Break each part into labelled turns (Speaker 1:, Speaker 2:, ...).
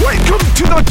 Speaker 1: Welcome to the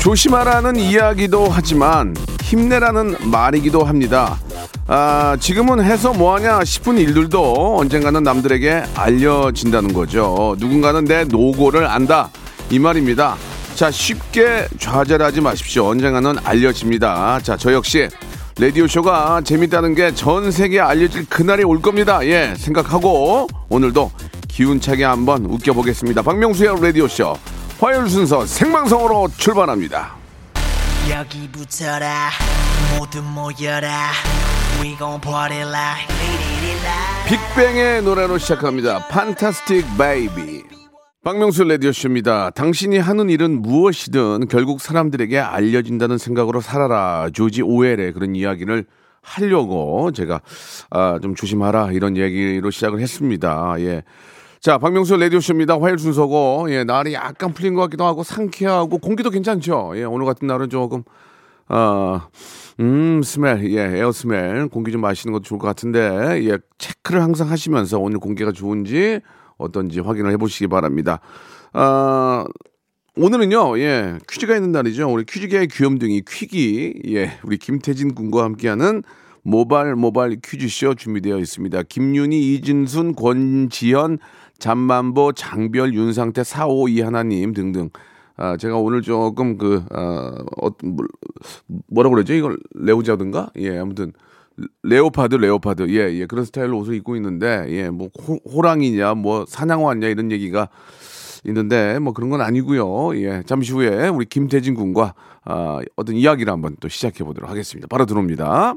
Speaker 2: 조심하라는 이야기도 하지만 힘내라는 말이기도 합니다. 아, 지금은 해서 뭐하냐 싶은 일들도 언젠가는 남들에게 알려진다는 거죠. 누군가는 내 노고를 안다. 이 말입니다. 자, 쉽게 좌절하지 마십시오. 언젠가는 알려집니다. 자, 저 역시 라디오쇼가 재밌다는 게 전 세계에 알려질 그날이 올 겁니다. 예, 생각하고 오늘도 기운차게 한번 웃겨보겠습니다. 박명수의 라디오쇼. 화요일 순서 생방송으로 출발합니다.
Speaker 3: 여기 붙어라 모두 모여라 We gon' party like lady like
Speaker 2: 빅뱅의 노래로 시작합니다. 판타스틱 베이비. 박명수 라디오쇼입니다. 당신이 하는 일은 무엇이든 결국 사람들에게 알려진다는 생각으로 살아라. 조지 오웰의 그런 이야기를 하려고 제가 아, 좀 조심하라 이런 얘기로 시작을 했습니다. 예. 자, 박명수 라디오쇼입니다. 화요일 순서고, 예, 날이 약간 풀린 것 같기도 하고, 상쾌하고, 공기도 괜찮죠? 예, 오늘 같은 날은 조금 아, 음, 스멜, 예, 에어 스멜, 공기 좀 마시는 것도 좋을 것 같은데, 예, 체크를 항상 하시면서 오늘 공기가 좋은지 어떤지 확인을 해보시기 바랍니다. 아, 오늘은요, 예, 퀴즈가 있는 날이죠. 우리 퀴즈계의 귀염둥이 퀴기, 예, 우리 김태진 군과 함께하는 모발 모발 퀴즈쇼 준비되어 있습니다. 김윤희, 이진순, 권지현, 잠만보, 장별, 윤상태, 452 하나님 등등. 아, 제가 오늘 조금 그, 아, 어, 뭘- 뭐라고 그러죠? 이걸 레오자든가? 예, 아무튼. 레오파드, 레오파드. 예, 예. 그런 스타일로 옷을 입고 있는데, 예, 뭐, 호, 호랑이냐, 뭐, 사냥화냐, 이런 얘기가 있는데 뭐 그런 건 아니고요. 예, 잠시 후에 우리 김태진 군과 아, 어떤 이야기를 한번 또 시작해 보도록 하겠습니다. 바로 들어옵니다.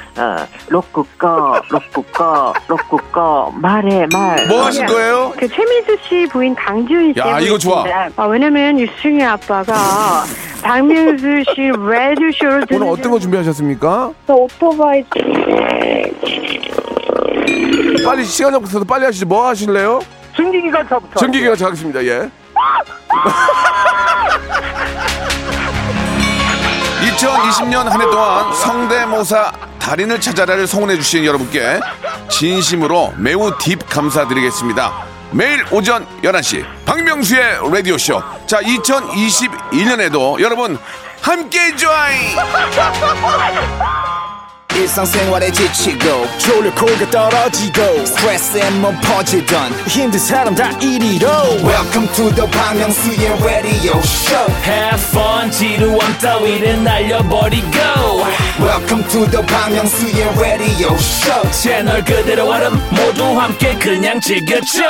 Speaker 4: 어, 로꾸꺼 로꾸꺼 로꾸꺼 말해 말.
Speaker 2: 뭐 하실 거예요?
Speaker 5: 그 최민수 씨 부인 강지훈 씨.
Speaker 2: 야, 이거 좋아.
Speaker 5: 아, 왜냐면 유승희 아빠가 박민수 씨 레드 쇼를
Speaker 2: 오늘 어떤 거 준비하셨습니까?
Speaker 5: 오토바이
Speaker 2: 빨리 시간 없어서 빨리 하시죠. 뭐 하실래요? 전기기관차부터. 전기기관차 하겠습니다. 예. 2020년 한 해 동안 성대모사 달인을 찾아라를 성원해 주신 여러분께 진심으로 매우 딥 감사드리겠습니다. 매일 오전 11시 박명수의 라디오 쇼. 자, 2021년에도 여러분 함께 join.
Speaker 6: 일상생활에 지치고, 졸려 코가 떨어지고, 스트레스에 몸 퍼지던, 힘든 사람 다 이리로. welcome to the Bang Myung-soo's radio show
Speaker 7: Have fun 지루함 따위를 날려버리고
Speaker 6: welcome to the Bang Myung-soo's radio show
Speaker 7: 채널 그대로 얼음 모두 함께 그냥 즐겨줘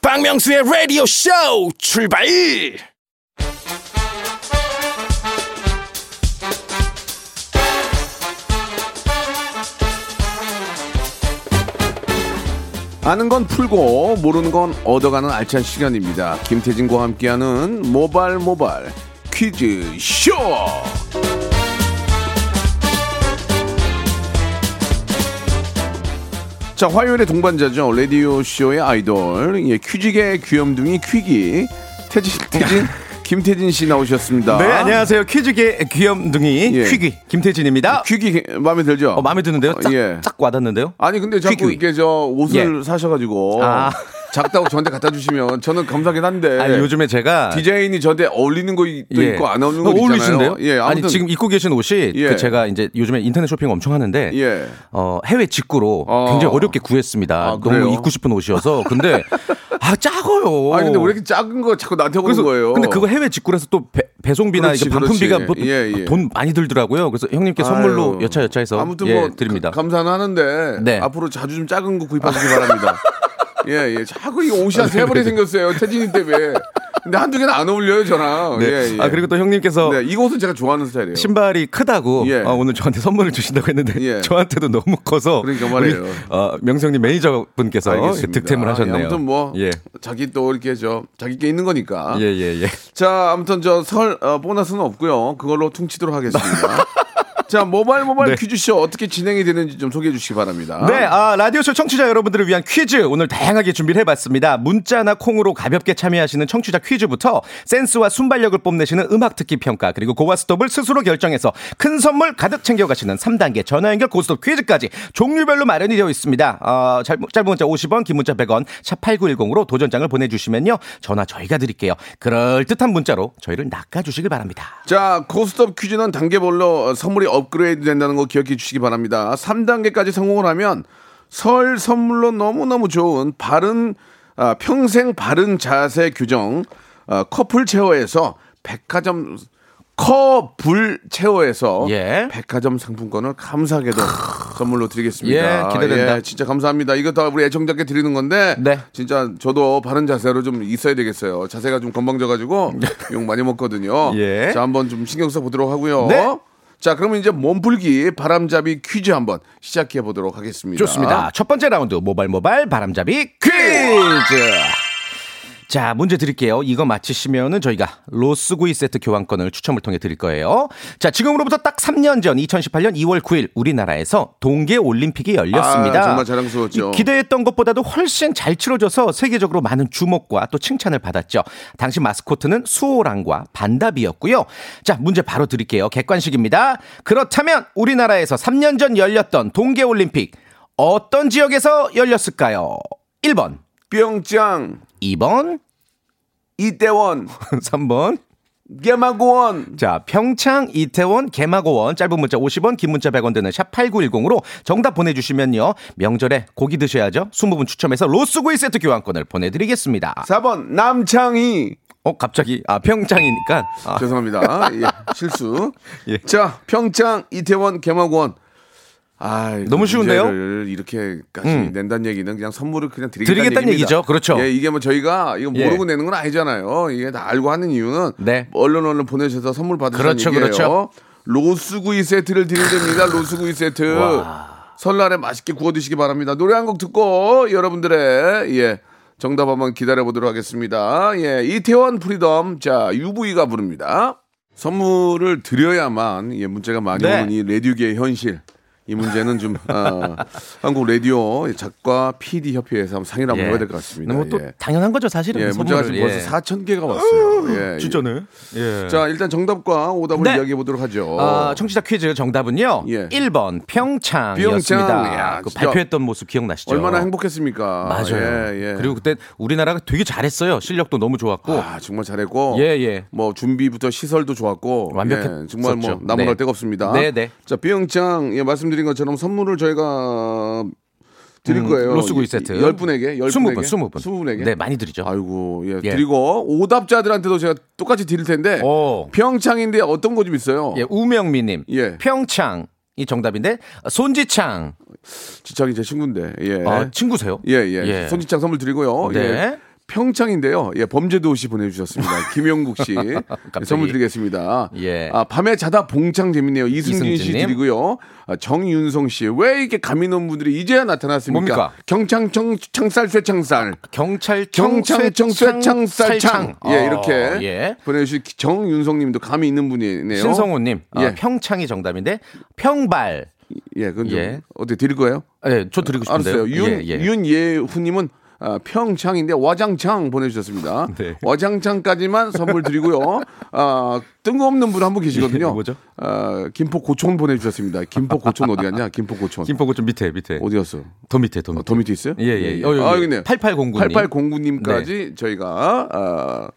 Speaker 6: 박명수의 radio show 출발
Speaker 2: 아는 건 풀고 모르는 건 얻어가는 알찬 시간입니다. 김태진과 함께하는 모발 모발 퀴즈 쇼. 자 화요일의 동반자죠 라디오 쇼의 아이돌 예, 퀴즈계 귀염둥이 퀴기 태진 태진 김태진 씨 나오셨습니다.
Speaker 8: 네, 안녕하세요. 퀴즈계 귀염둥이
Speaker 2: 예.
Speaker 8: 퀴기 김태진입니다.
Speaker 2: 퀴기 마음에 들죠?
Speaker 8: 어, 마음에 드는데요? 짝,
Speaker 2: 예.
Speaker 8: 짝 와닿는데요?
Speaker 2: 아니 근데 자꾸
Speaker 8: 퀴퀴.
Speaker 2: 이게 저 옷을 사셔가지고
Speaker 8: 예. 아.
Speaker 2: 작다고 저한테 갖다 주시면 저는 감사하긴 한데
Speaker 8: 아니, 요즘에 제가
Speaker 2: 디자인이 저한테 어울리는 거 예. 있- 또
Speaker 8: 예.
Speaker 2: 있고 안 어울리는 거
Speaker 8: 어울리신데요?
Speaker 2: 있잖아요. 예, 아무튼
Speaker 8: 아니 지금 입고 계신 옷이
Speaker 2: 예.
Speaker 8: 그 제가 이제 요즘에 인터넷 쇼핑 엄청 하는데
Speaker 2: 예.
Speaker 8: 어, 해외 직구로
Speaker 2: 어.
Speaker 8: 굉장히 어렵게 구했습니다.
Speaker 2: 아, 그래요?
Speaker 8: 너무 입고 싶은 옷이어서 근데 아 작아요.
Speaker 2: 아니 근데 왜 이렇게 작은 거 자꾸 나한테 오는
Speaker 8: 그래서
Speaker 2: 거예요?
Speaker 8: 근데 그거 해외 직구라서 또 배, 배송비나
Speaker 2: 그렇지,
Speaker 8: 이게 반품비가
Speaker 2: 그렇지.
Speaker 8: 보통
Speaker 2: 예, 예.
Speaker 8: 돈 많이 들더라고요. 그래서 형님께 선물로
Speaker 2: 아유.
Speaker 8: 여차여차해서
Speaker 2: 아무튼
Speaker 8: 예,
Speaker 2: 뭐
Speaker 8: 드립니다.
Speaker 2: 그- 감사는 하는데
Speaker 8: 네.
Speaker 2: 앞으로 자주 좀
Speaker 8: 아, 네.
Speaker 2: 작은 거 구입하시기 바랍니다. 예, 예. 자꾸 이 옷이 한 세 벌이 생겼어요. 태진이 때문에. 근데 한두 개는 안 어울려요, 저랑.
Speaker 8: 네.
Speaker 2: 예, 예.
Speaker 8: 아 그리고 또 형님께서
Speaker 2: 네, 이 옷은 제가 좋아하는 스타일이에요.
Speaker 8: 신발이 크다고
Speaker 2: 그렇죠. 예.
Speaker 8: 아, 오늘 저한테 선물을 주신다고 했는데
Speaker 2: 예.
Speaker 8: 저한테도 너무 커서
Speaker 2: 그러니까 말이에요.
Speaker 8: 우리, 어, 명성님 매니저분께서
Speaker 2: 알겠습니다.
Speaker 8: 득템을 하셨네요.
Speaker 2: 예, 아무튼 뭐 아.
Speaker 8: 예.
Speaker 2: 자기 또 이렇게 저 자기 게 있는 거니까.
Speaker 8: 예, 예, 예.
Speaker 2: 자, 아무튼 저 설 어, 보너스는 없고요. 그걸로 퉁치도록 하겠습니다. 자, 모발 모발
Speaker 8: 네.
Speaker 2: 퀴즈쇼 어떻게 진행이 되는지 좀 소개해 주시기 바랍니다.
Speaker 8: 네, 아, 라디오쇼 청취자 여러분들을 위한 퀴즈 오늘 다양하게 준비를 해봤습니다. 문자나 콩으로 가볍게 참여하시는 청취자 퀴즈부터 센스와 순발력을 뽐내시는 음악 듣기 평가 그리고 고와 스톱을 스스로 결정해서 큰 선물 가득 챙겨가시는 3단계 전화 연결 고스톱 퀴즈까지 종류별로 마련이 되어 있습니다. 어, 짧- 짧은 문자 50원, 긴 문자 100원, 샵 8910으로 도전장을 보내주시면요. 전화 저희가 드릴게요. 그럴듯한 문자로 저희를 낚아주시길 바랍니다.
Speaker 2: 자, 고스톱 퀴즈는 단계별로 어, 선물이 업그레이드 된다는 거 기억해 주시기 바랍니다. 3단계까지 성공을 하면 설 선물로 너무너무 좋은 바른 아, 평생 바른 자세 교정 아, 커플 체어에서 백화점 커불 체어에서
Speaker 8: 예.
Speaker 2: 백화점 상품권을 감사하게도 선물로 드리겠습니다.
Speaker 8: 예, 기대된다.
Speaker 2: 예, 진짜 감사합니다. 이거 다 우리 애청자께 드리는 건데
Speaker 8: 네.
Speaker 2: 진짜 저도 바른 자세로 좀 있어야 되겠어요. 자세가 좀 건방져가지고 욕 많이 먹거든요.
Speaker 8: 네. 예.
Speaker 2: 자, 한번 좀 신경 써 보도록 하고요.
Speaker 8: 네.
Speaker 2: 자, 그러면 이제 몸풀기 바람잡이 퀴즈 한번 시작해 보도록 하겠습니다.
Speaker 8: 좋습니다. 첫 번째 라운드 모발 모발 바람잡이 퀴즈. 자, 문제 드릴게요. 이거 맞히시면은 저희가 로스구이 세트 교환권을 추첨을 통해 드릴 거예요. 자, 지금으로부터 딱 3년 전 2018년 2월 9일 우리나라에서 동계 올림픽이 열렸습니다.
Speaker 2: 아, 정말 자랑스러웠죠.
Speaker 8: 이 기대했던 것보다도 훨씬 잘 치러져서 세계적으로 많은 주목과 또 칭찬을 받았죠. 당시 마스코트는 수호랑과 반답이었고요. 자, 문제 바로 드릴게요. 객관식입니다. 그렇다면 우리나라에서 3년 전 열렸던 동계 올림픽 어떤 지역에서 열렸을까요? 1번,
Speaker 2: 뿅짱
Speaker 8: 2번,
Speaker 2: 이태원
Speaker 8: 3번.
Speaker 2: 개마고원
Speaker 8: 자, 평창, 이태원, 개마고원, 짧은 문자 50원, 긴 문자 100원 드는 샵8910으로 정답 보내주시면요. 명절에 고기 드셔야죠. 20분 추첨해서 로스구이 세트 교환권을 보내드리겠습니다.
Speaker 2: 4번 남창희
Speaker 8: 어, 갑자기, 아, 평창이니까. 아,
Speaker 2: 죄송합니다. 예, 실수.
Speaker 8: 예.
Speaker 2: 자, 평창, 이태원, 개막원. 아,
Speaker 8: 너무 쉬운데요? 음.
Speaker 2: 문제를 이렇게까지 낸다는 얘기는 그냥 선물을 그냥 드리겠다는,
Speaker 8: 드리겠다는
Speaker 2: 얘기입니다.
Speaker 8: 얘기죠. 그렇죠.
Speaker 2: 예, 이게 뭐 저희가 이거
Speaker 8: 예.
Speaker 2: 모르고 내는 건 아니잖아요. 이게 다 알고 하는 이유는
Speaker 8: 네.
Speaker 2: 얼른 얼른 보내셔서 선물 받으시는
Speaker 8: 그렇죠,
Speaker 2: 얘기예요.
Speaker 8: 그렇죠.
Speaker 2: 로스구이 세트를 드린답니다. 로스구이 세트. 설날에 맛있게 구워 드시기 바랍니다. 노래 한 곡 듣고 여러분들의 예. 정답 한번 기다려 보도록 하겠습니다. 예, 이태원 프리덤 자 UV가 부릅니다. 선물을 드려야만 예, 문제가 많이
Speaker 8: 네.
Speaker 2: 오는 이 라디오계의 현실. 이 문제는 좀 아, 한국 라디오 작가 PD 협회에서 한번 상의를 한번
Speaker 8: 예.
Speaker 2: 해야 될 것 같습니다.
Speaker 8: 뭐또
Speaker 2: 예.
Speaker 8: 당연한 거죠, 사실은.
Speaker 2: 예,
Speaker 8: 선물을.
Speaker 2: 문제가 지금
Speaker 8: 예.
Speaker 2: 벌써 4천 개가 왔어요. 예,
Speaker 8: 진짜네. 예.
Speaker 2: 예. 자, 일단 정답과 오답을
Speaker 8: 네.
Speaker 2: 이야기해 보도록 하죠.
Speaker 8: 아, 청취자 퀴즈 정답은요.
Speaker 2: 예.
Speaker 8: 1번
Speaker 2: 평창. 야,
Speaker 8: 평창이었습니다. 그
Speaker 2: 진짜.
Speaker 8: 발표했던 모습 기억나시죠?
Speaker 2: 얼마나 행복했습니까?
Speaker 8: 맞아요.
Speaker 2: 예, 예.
Speaker 8: 그리고 그때 우리나라가 되게 잘했어요. 실력도 너무 좋았고.
Speaker 2: 아, 정말 잘했고.
Speaker 8: 예, 예.
Speaker 2: 뭐 준비부터 시설도 좋았고
Speaker 8: 완벽했었죠.
Speaker 2: 예, 정말 뭐 나무랄
Speaker 8: 네.
Speaker 2: 데가 없습니다.
Speaker 8: 네, 네.
Speaker 2: 자, 비영장 예, 말씀드린 것처럼 선물을 저희가 드릴
Speaker 8: 음,
Speaker 2: 거예요.
Speaker 8: 로스구이 세트.
Speaker 2: 10분에게 10분에게
Speaker 8: 스무 분, 스무 분.
Speaker 2: 20분에게.
Speaker 8: 네, 많이 드리죠.
Speaker 2: 아이고. 예.
Speaker 8: 예.
Speaker 2: 드리고 오답자들한테도 제가 똑같이 드릴 텐데.
Speaker 8: 오.
Speaker 2: 평창인데 어떤 거 좀 있어요?
Speaker 8: 예, 우명미님.
Speaker 2: 예.
Speaker 8: 평창. 이 정답인데 손지창
Speaker 2: 지창이 제 친구인데. 예.
Speaker 8: 어, 친구세요?
Speaker 2: 예, 예.
Speaker 8: 예.
Speaker 2: 손지창 선물 드리고요.
Speaker 8: 네.
Speaker 2: 예. 평창인데요. 예, 범죄도시 보내주셨습니다. 김영국 씨 예,
Speaker 8: 갑자기.
Speaker 2: 선물 드리겠습니다.
Speaker 8: 예.
Speaker 2: 아 밤에 자다 봉창 재밌네요. 이승진 씨
Speaker 8: 이승진님.
Speaker 2: 드리고요. 아, 정윤성 씨 왜 이렇게 감이 넘은 분들이 이제야 나타났습니까?
Speaker 8: 뭡니까?
Speaker 2: 경창청 창살 쇠창살.
Speaker 8: 경찰
Speaker 2: 경창청 쇠창살 창. 예, 이렇게
Speaker 8: 예.
Speaker 2: 보내주신 정윤성님도 감이 있는 분이네요.
Speaker 8: 신성호님 아,
Speaker 2: 예.
Speaker 8: 평창이 정답인데 평발
Speaker 2: 예, 그건 좀
Speaker 8: 예.
Speaker 2: 어떻게 드릴 거예요?
Speaker 8: 예, 저 드리고 싶은데요.
Speaker 2: 알았어요. 윤,
Speaker 8: 예, 예.
Speaker 2: 윤예후님은 아, 평창인데 와장창 보내주셨습니다.
Speaker 8: 네.
Speaker 2: 와장창까지만 선물 드리고요. 아, 뜬금없는 분 한 분 계시거든요.
Speaker 8: 예, 뭐죠?
Speaker 2: 아, 김포 고촌 보내주셨습니다. 김포 고촌 어디 갔냐? 김포 고촌
Speaker 8: 김포구 좀 밑에 밑에
Speaker 2: 어디 갔어?
Speaker 8: 더 밑에 더 밑에
Speaker 2: 어, 더 밑에 있어요?
Speaker 8: 예, 예. 어,
Speaker 2: 아,
Speaker 8: 여기
Speaker 2: 여기네.
Speaker 8: 8809 님. 네.
Speaker 2: 8809님까지 저희가 아,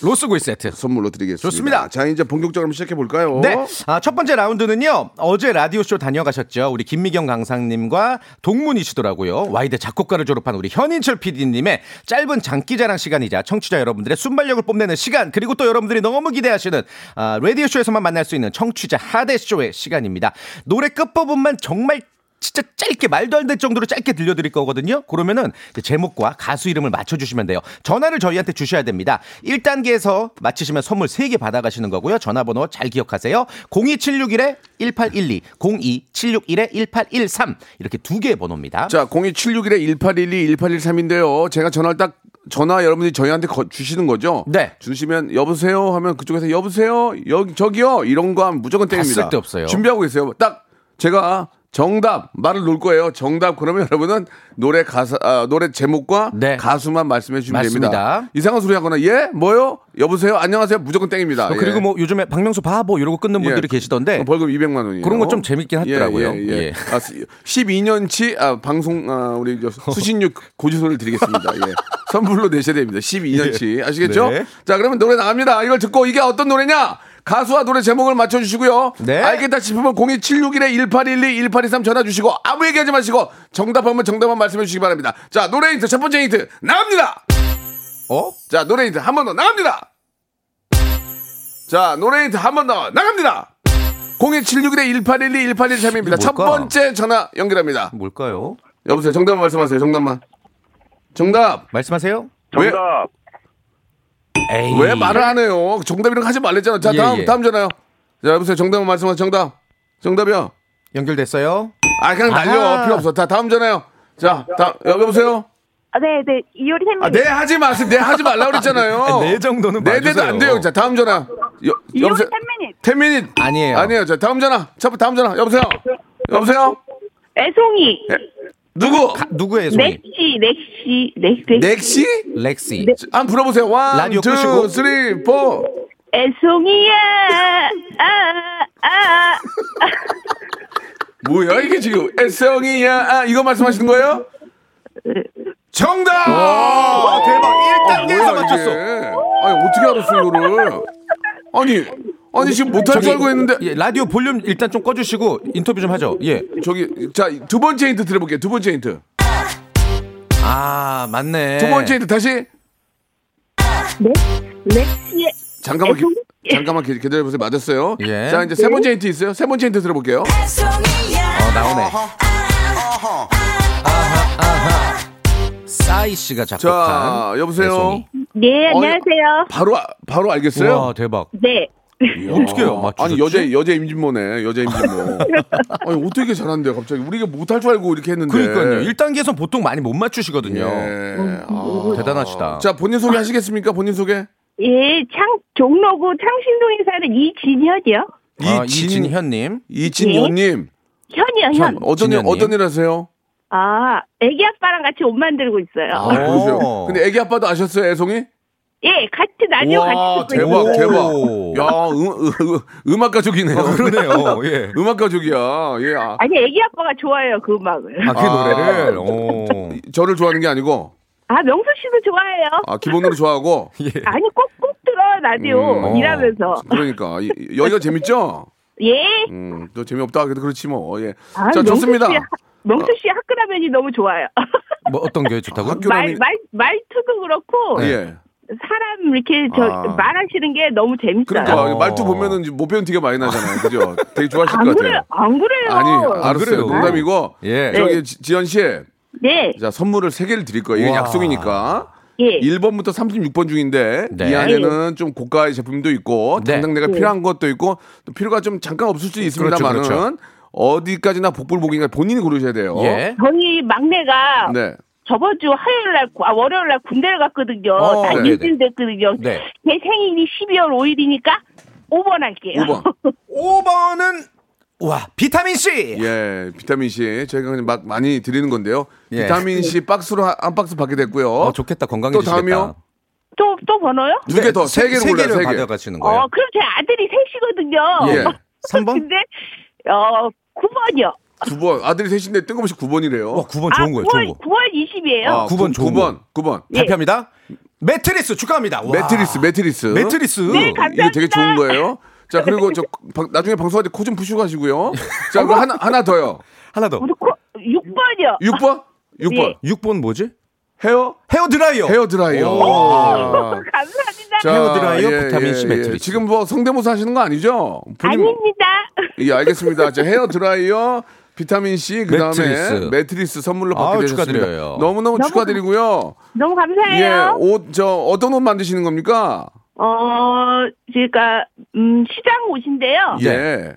Speaker 8: 로스구이 세트.
Speaker 2: 선물로 드리겠습니다.
Speaker 8: 좋습니다.
Speaker 2: 자, 이제 본격적으로 시작해 볼까요?
Speaker 8: 네. 아, 첫 번째 라운드는요. 어제 라디오쇼 다녀가셨죠. 우리 김미경 강사님과 동문이시더라고요. 와이대 작곡가를 졸업한 우리 현인철 PD님의 짧은 장기자랑 시간이자 청취자 여러분들의 순발력을 뽐내는 시간 그리고 또 여러분들이 너무 기대하시는 아, 라디오쇼에서만 만날 수 있는 청취자 하대쇼의 시간입니다. 노래 끝부분만 정말 진짜 짧게 말도 안 될 정도로 짧게 들려드릴 거거든요. 그러면은 이제 제목과 가수 이름을 맞춰주시면 돼요. 전화를 저희한테 주셔야 됩니다. 1단계에서 맞히시면 선물 3개 받아가시는 거고요. 전화번호 잘 기억하세요. 02761-1812, 02761-1813 이렇게 두 개의 번호입니다.
Speaker 2: 자, 02761-1812, 1813인데요. 제가 전화를 딱, 전화 여러분이 저희한테 거- 주시는 거죠?
Speaker 8: 네.
Speaker 2: 주시면, 여보세요? 하면 그쪽에서, 여보세요? 여기, 저기요? 이런 거 하면 무조건 땡입니다.
Speaker 8: 쓸데없어요.
Speaker 2: 준비하고 있어요. 딱, 제가 정답, 말을 놓을 거예요. 정답. 그러면 여러분은 노래 가사, 아, 노래 제목과
Speaker 8: 네.
Speaker 2: 가수만 말씀해 주시면 됩니다.
Speaker 8: 맞습니다.
Speaker 2: 이상한 소리 하거나, 예? 뭐요? 여보세요? 안녕하세요? 무조건 땡입니다.
Speaker 8: 뭐 그리고
Speaker 2: 예.
Speaker 8: 뭐 요즘에 박명수 바보 이러고 끊는 분들이
Speaker 2: 예.
Speaker 8: 계시던데
Speaker 2: 벌금 200만 원이에요.
Speaker 8: 그런 거좀 재밌긴 하더라고요.
Speaker 2: 예, 예, 예.
Speaker 8: 예.
Speaker 2: 아, 12년치 아, 방송 아, 우리 저 수신료 고지서를 드리겠습니다. 예. 선물로 내셔야 됩니다. 12년치 아시겠죠?
Speaker 8: 네.
Speaker 2: 자 그러면 노래 나갑니다. 이걸 듣고 이게 어떤 노래냐? 가수와 노래 제목을 맞춰주시고요.
Speaker 8: 네.
Speaker 2: 알겠다 싶으면 02761-1812, 1823 전화 주시고 아무 얘기하지 마시고 정답하면 정답만 말씀해 주시기 바랍니다. 자 노래 힌트 첫 번째 힌트 나옵니다.
Speaker 8: 어?
Speaker 2: 자 노래 힌트 한 번 더 나갑니다. 자 노래 힌트 한 번 더 나갑니다. 02761의 1812, 1813입니다. 첫
Speaker 8: 뭘까?
Speaker 2: 번째 전화 연결합니다.
Speaker 8: 뭘까요?
Speaker 2: 여보세요. 정답만 말씀하세요. 정답만. 정답.
Speaker 8: 말씀하세요.
Speaker 9: 정답.
Speaker 8: 에이.
Speaker 2: 왜 말을 안 해요? 정답 이런 거 하지 말랬잖아. 자
Speaker 8: 예,
Speaker 2: 다음
Speaker 8: 예.
Speaker 2: 다음 전화요. 자 여보세요. 정답만 말씀하세요. 정답. 정답이요.
Speaker 8: 연결됐어요?
Speaker 2: 아 그냥 날려
Speaker 8: 아하.
Speaker 2: 필요 없어. 다 다음 전화요. 자 다음 여보세요.
Speaker 10: 네, 네. 이효리 선생님.
Speaker 2: 아, 네 하지 마세요. 네 하지 말라 그랬잖아요.
Speaker 8: 네 정도는
Speaker 2: 네 대도
Speaker 8: 봐주세요.
Speaker 2: 안 돼요. 자 다음 전화. 여,
Speaker 10: 이효리
Speaker 2: 여보세요.
Speaker 10: 10minutes.
Speaker 2: 태민이
Speaker 8: 아니에요.
Speaker 2: 아니에요. 자 다음 전화. 자 다음 전화. 여보세요. 여보세요.
Speaker 10: 애송이.
Speaker 2: 누구?
Speaker 10: 네.
Speaker 2: 네,
Speaker 8: 누구예요, 소리?
Speaker 10: 넥시, 넥시, 넥시.
Speaker 2: 넥시?
Speaker 8: 렉시.
Speaker 2: 한번 불어보세요. 원,
Speaker 8: 라디오
Speaker 2: 투,
Speaker 8: 끄시고.
Speaker 2: 쓰리, 포.
Speaker 10: 애송이야. 아, 아.
Speaker 2: 뭐야 이게 지금? 애성이야. 아, 이거 말씀하시는 거예요? 정답.
Speaker 8: 아, 대박.
Speaker 2: 아,
Speaker 8: 1단계에서 맞췄어.
Speaker 2: 아니 어떻게 알았어 이거를? 아니 아니 지금 못할 줄 알고 했는데
Speaker 8: 예, 라디오 볼륨 일단 좀 꺼주시고 인터뷰 좀 하죠. 예.
Speaker 2: 저기 자 두 번째 힌트 드려볼게요. 두 번째 힌트.
Speaker 8: 아, 맞네.
Speaker 2: 두 번째 힌트 다시
Speaker 10: 넥시.
Speaker 2: 잠깐만 기,
Speaker 10: 예.
Speaker 2: 잠깐만 기- 기다려보세요. 맞았어요.
Speaker 8: 예.
Speaker 2: 자 이제 세 번째 힌트 있어요. 세 번째 힌트 들어볼게요.
Speaker 8: 어, 나오네. 아하, 아하. 싸이 씨가
Speaker 2: 자
Speaker 8: 작곡한.
Speaker 2: 여보세요.
Speaker 8: 애송이.
Speaker 10: 네,
Speaker 2: 어,
Speaker 10: 안녕하세요.
Speaker 2: 바로 아- 바로 알겠어요.
Speaker 8: 우와, 대박.
Speaker 10: 네.
Speaker 8: 어떻게요? 맞추셨지?
Speaker 2: 아니 여자 여자 임진모네 여자 임진모. 아니 어떻게 잘한대요 갑자기 우리가 못할 줄 알고 이렇게 했는데.
Speaker 8: 그러니까요. 1단계에선 보통 많이 못 맞추시거든요.
Speaker 2: 네. 예. 아.
Speaker 8: 대단하시다.
Speaker 2: 자 본인 소개 하시겠습니까? 본인 소개.
Speaker 10: 예, 창 종로구 창신동에 사는 이진현이요.
Speaker 8: 아,
Speaker 2: 이진-
Speaker 8: 이진현님.
Speaker 2: 이진효님.
Speaker 10: 현이요, 현.
Speaker 2: 참 어떤 일
Speaker 8: 진현님.
Speaker 2: 어떤 일 하세요?
Speaker 10: 아, 애기 아빠랑 같이 옷 만들고 있어요.
Speaker 2: 아, 그러세요. 근데 애기 아빠도 아셨어요 애송이?
Speaker 10: 예, 같이 라디오
Speaker 2: 와
Speaker 10: 같이 듣고
Speaker 2: 대박
Speaker 10: 있어요.
Speaker 2: 대박.
Speaker 8: 오.
Speaker 2: 야 음, 음, 악 가족이네요.
Speaker 8: 어, 아, 그러네요. 예.
Speaker 2: 음악 가족이야. 예. 아,
Speaker 10: 아니, 애기 아빠가 좋아해요, 그 음악을.
Speaker 8: 아, 그
Speaker 2: 아.
Speaker 8: 노래를. 오.
Speaker 2: 저를 좋아하는 게 아니고
Speaker 10: 아, 명수 씨도 좋아해요.
Speaker 2: 아 예. 기본으로 좋아하고
Speaker 10: 아니, 꼭꼭 들어, 라디오.
Speaker 8: 음, 어.
Speaker 10: 일하면서.
Speaker 2: 그러니까 이- 여기가 재밌죠?
Speaker 10: 예.
Speaker 2: 음, 또 재미없다 하기도 그렇지 뭐. 예.
Speaker 10: 아,
Speaker 2: 자,
Speaker 10: 명수
Speaker 2: 좋습니다. 아.
Speaker 10: 씨, 하- 명수 씨 학교라면이 너무 좋아요.
Speaker 8: 뭐 어떤 게 좋다고?
Speaker 2: 학교
Speaker 10: 말,
Speaker 2: 라면-
Speaker 10: 말, 말투도 그렇고,
Speaker 2: 예.
Speaker 10: 사람 이렇게 저,
Speaker 2: 아.
Speaker 10: 말하시는 게 너무 재밌어요.
Speaker 2: 그러니까
Speaker 8: 어.
Speaker 2: 말투 보면은 이제 못 배운 티가 많이 나잖아요. 그죠? 되게 좋아하실
Speaker 10: 네. 안
Speaker 2: 것
Speaker 10: 그래요,
Speaker 2: 같아요.
Speaker 10: 안 그래요.
Speaker 2: 아니, 알았어요.
Speaker 8: 그래요.
Speaker 2: 농담이고.
Speaker 8: 예.
Speaker 2: 저기 지- 지연 씨.
Speaker 10: 네,
Speaker 2: 자, 선물을 세개를 드릴 거예요. 이게
Speaker 8: 와.
Speaker 2: 약속이니까.
Speaker 10: 예.
Speaker 2: 1번부터 36번 중인데
Speaker 8: 네.
Speaker 2: 이 안에는 좀 고가의 제품도 있고
Speaker 8: 네.
Speaker 2: 당장 내가 필요한 것도 있고 또 필요가 좀 잠깐 없을 수도 있습니다만은
Speaker 8: 그렇죠.
Speaker 2: 어디까지나 복불 복인가 본인이 고르셔야 돼요.
Speaker 8: 예.
Speaker 10: 저희 막내가
Speaker 2: 네.
Speaker 10: 저번 주 화요일 날, 아, 월요일 날 군대를 갔거든요.
Speaker 8: 어,
Speaker 10: 다
Speaker 8: 네네.
Speaker 10: 일진 됐거든요.
Speaker 8: 네.
Speaker 10: 제 생일이 12월 5일이니까 5번 할게요.
Speaker 2: 5번.
Speaker 8: 5번은 와 비타민 C.
Speaker 2: 예, 비타민 C 저희가 그냥 막 많이 드리는 건데요.
Speaker 8: 예.
Speaker 2: 비타민 C 박스로 한, 한 박스 받게 됐고요.
Speaker 8: 어 좋겠다
Speaker 2: 또
Speaker 8: 건강해지겠다.
Speaker 2: 다음이요.
Speaker 10: 또, 또 번호요?
Speaker 2: 두 개 더, 세 개를 골라요. 세 개.
Speaker 8: 받아가시는 네. 거예요.
Speaker 10: 어, 그럼 제 아들이 셋이거든요.
Speaker 2: 예.
Speaker 8: 3번?
Speaker 10: 근데, 어, 9번이요.
Speaker 2: 두 번. 아들이 셋인데 뜬금없이 9번이래요. 아,
Speaker 8: 와 9번 어, 좋은 거예요. 좋은
Speaker 10: 9월,
Speaker 8: 거.
Speaker 10: 9월 20이에요.
Speaker 8: 어, 구번 좋은
Speaker 2: 9번. 9번.
Speaker 10: 예.
Speaker 8: 발표합니다. 매트리스 축하합니다. 와.
Speaker 2: 매트리스, 매트리스.
Speaker 8: 매트리스.
Speaker 10: 네, 감-
Speaker 2: 음, 이거 되게 좋은
Speaker 10: 감사합니다. 네.
Speaker 2: 거예요. 자, 그리고 저 방- 나중에 방송할 때 코 좀 푸시고 하시고요. 자, 그럼 하나 하나 더요.
Speaker 8: 하나 더.
Speaker 10: 우리 코, 6번이요.
Speaker 2: 6번? 6번.
Speaker 10: 예.
Speaker 8: 6번 뭐지?
Speaker 2: 헤어
Speaker 8: 헤어 드라이어.
Speaker 2: 헤어 드라이어. 아.
Speaker 10: 감사합니다.
Speaker 2: 자, 예,
Speaker 8: 헤어 드라이어, 비타민 C 매트리스.
Speaker 2: 지금 뭐 성대모사 하시는 거 아니죠? 본인-
Speaker 10: 아닙니다.
Speaker 2: 예, 알겠습니다. 자, 헤어 드라이어, 비타민 C 그다음에
Speaker 8: 매트리스.
Speaker 2: 매트리스, 선물로
Speaker 8: 아우,
Speaker 2: 받게 되셨습니다.
Speaker 8: 축하드려요.
Speaker 2: 너무너무 축하드리고요.
Speaker 10: 너무
Speaker 2: 예,
Speaker 10: 감사해요.
Speaker 2: 옷 저 어떤 옷 만드시는 겁니까?
Speaker 10: 어, 제가 음, 시장 옷인데요.
Speaker 8: 네.
Speaker 2: 예.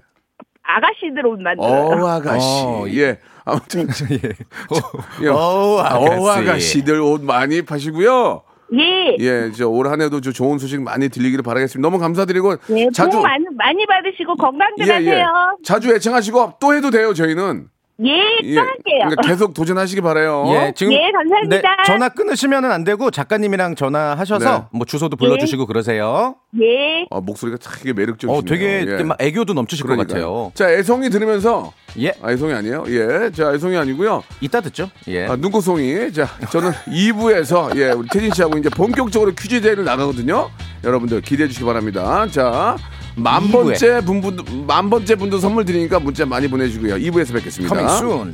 Speaker 10: 아가씨들 옷 만들어요.
Speaker 2: 어 아가씨.
Speaker 8: 어,
Speaker 2: 예. 아무튼 예.
Speaker 8: 어우, 아가씨.
Speaker 2: 어우, 아가씨들 옷 많이 파시고요.
Speaker 10: 예.
Speaker 2: 예, 저 올 한해도 저 좋은 소식 많이 들리기를 바라겠습니다. 너무 감사드리고
Speaker 10: 예,
Speaker 2: 자주 예,
Speaker 10: 복 많이, 많이 받으시고 건강들 하세요.
Speaker 2: 자주 애청하시고 또 해도 돼요, 저희는.
Speaker 10: 예,
Speaker 2: 예.
Speaker 10: 또 할게요.
Speaker 2: 그러니까 계속 도전하시기 바래요.
Speaker 8: 예, 지금
Speaker 10: 예, 감사합니다.
Speaker 8: 네, 전화 끊으시면은 안 되고 작가님이랑 전화하셔서
Speaker 2: 네.
Speaker 8: 뭐 주소도 불러주시고 그러세요.
Speaker 10: 예.
Speaker 2: 아, 목소리가 되게 매력적이시네요.
Speaker 8: 어, 되게
Speaker 2: 예.
Speaker 8: 막 애교도 넘치실 것 같아요.
Speaker 2: 자, 애송이 들으면서
Speaker 8: 예,
Speaker 2: 아, 애송이 아니에요? 예. 자, 애송이 아니고요.
Speaker 8: 이따 듣죠. 예.
Speaker 2: 아, 눈꽃송이. 자, 저는 2부에서 예, 우리 태진 씨하고 이제 본격적으로 퀴즈 대회를 나가거든요. 여러분들 기대해 주시기 바랍니다. 자, 만
Speaker 8: 2부에.
Speaker 2: 번째 분분 만 번째 분도 선물 드리니까 문자 많이 보내 주고요. 2부에서 뵙겠습니다.
Speaker 8: Coming soon.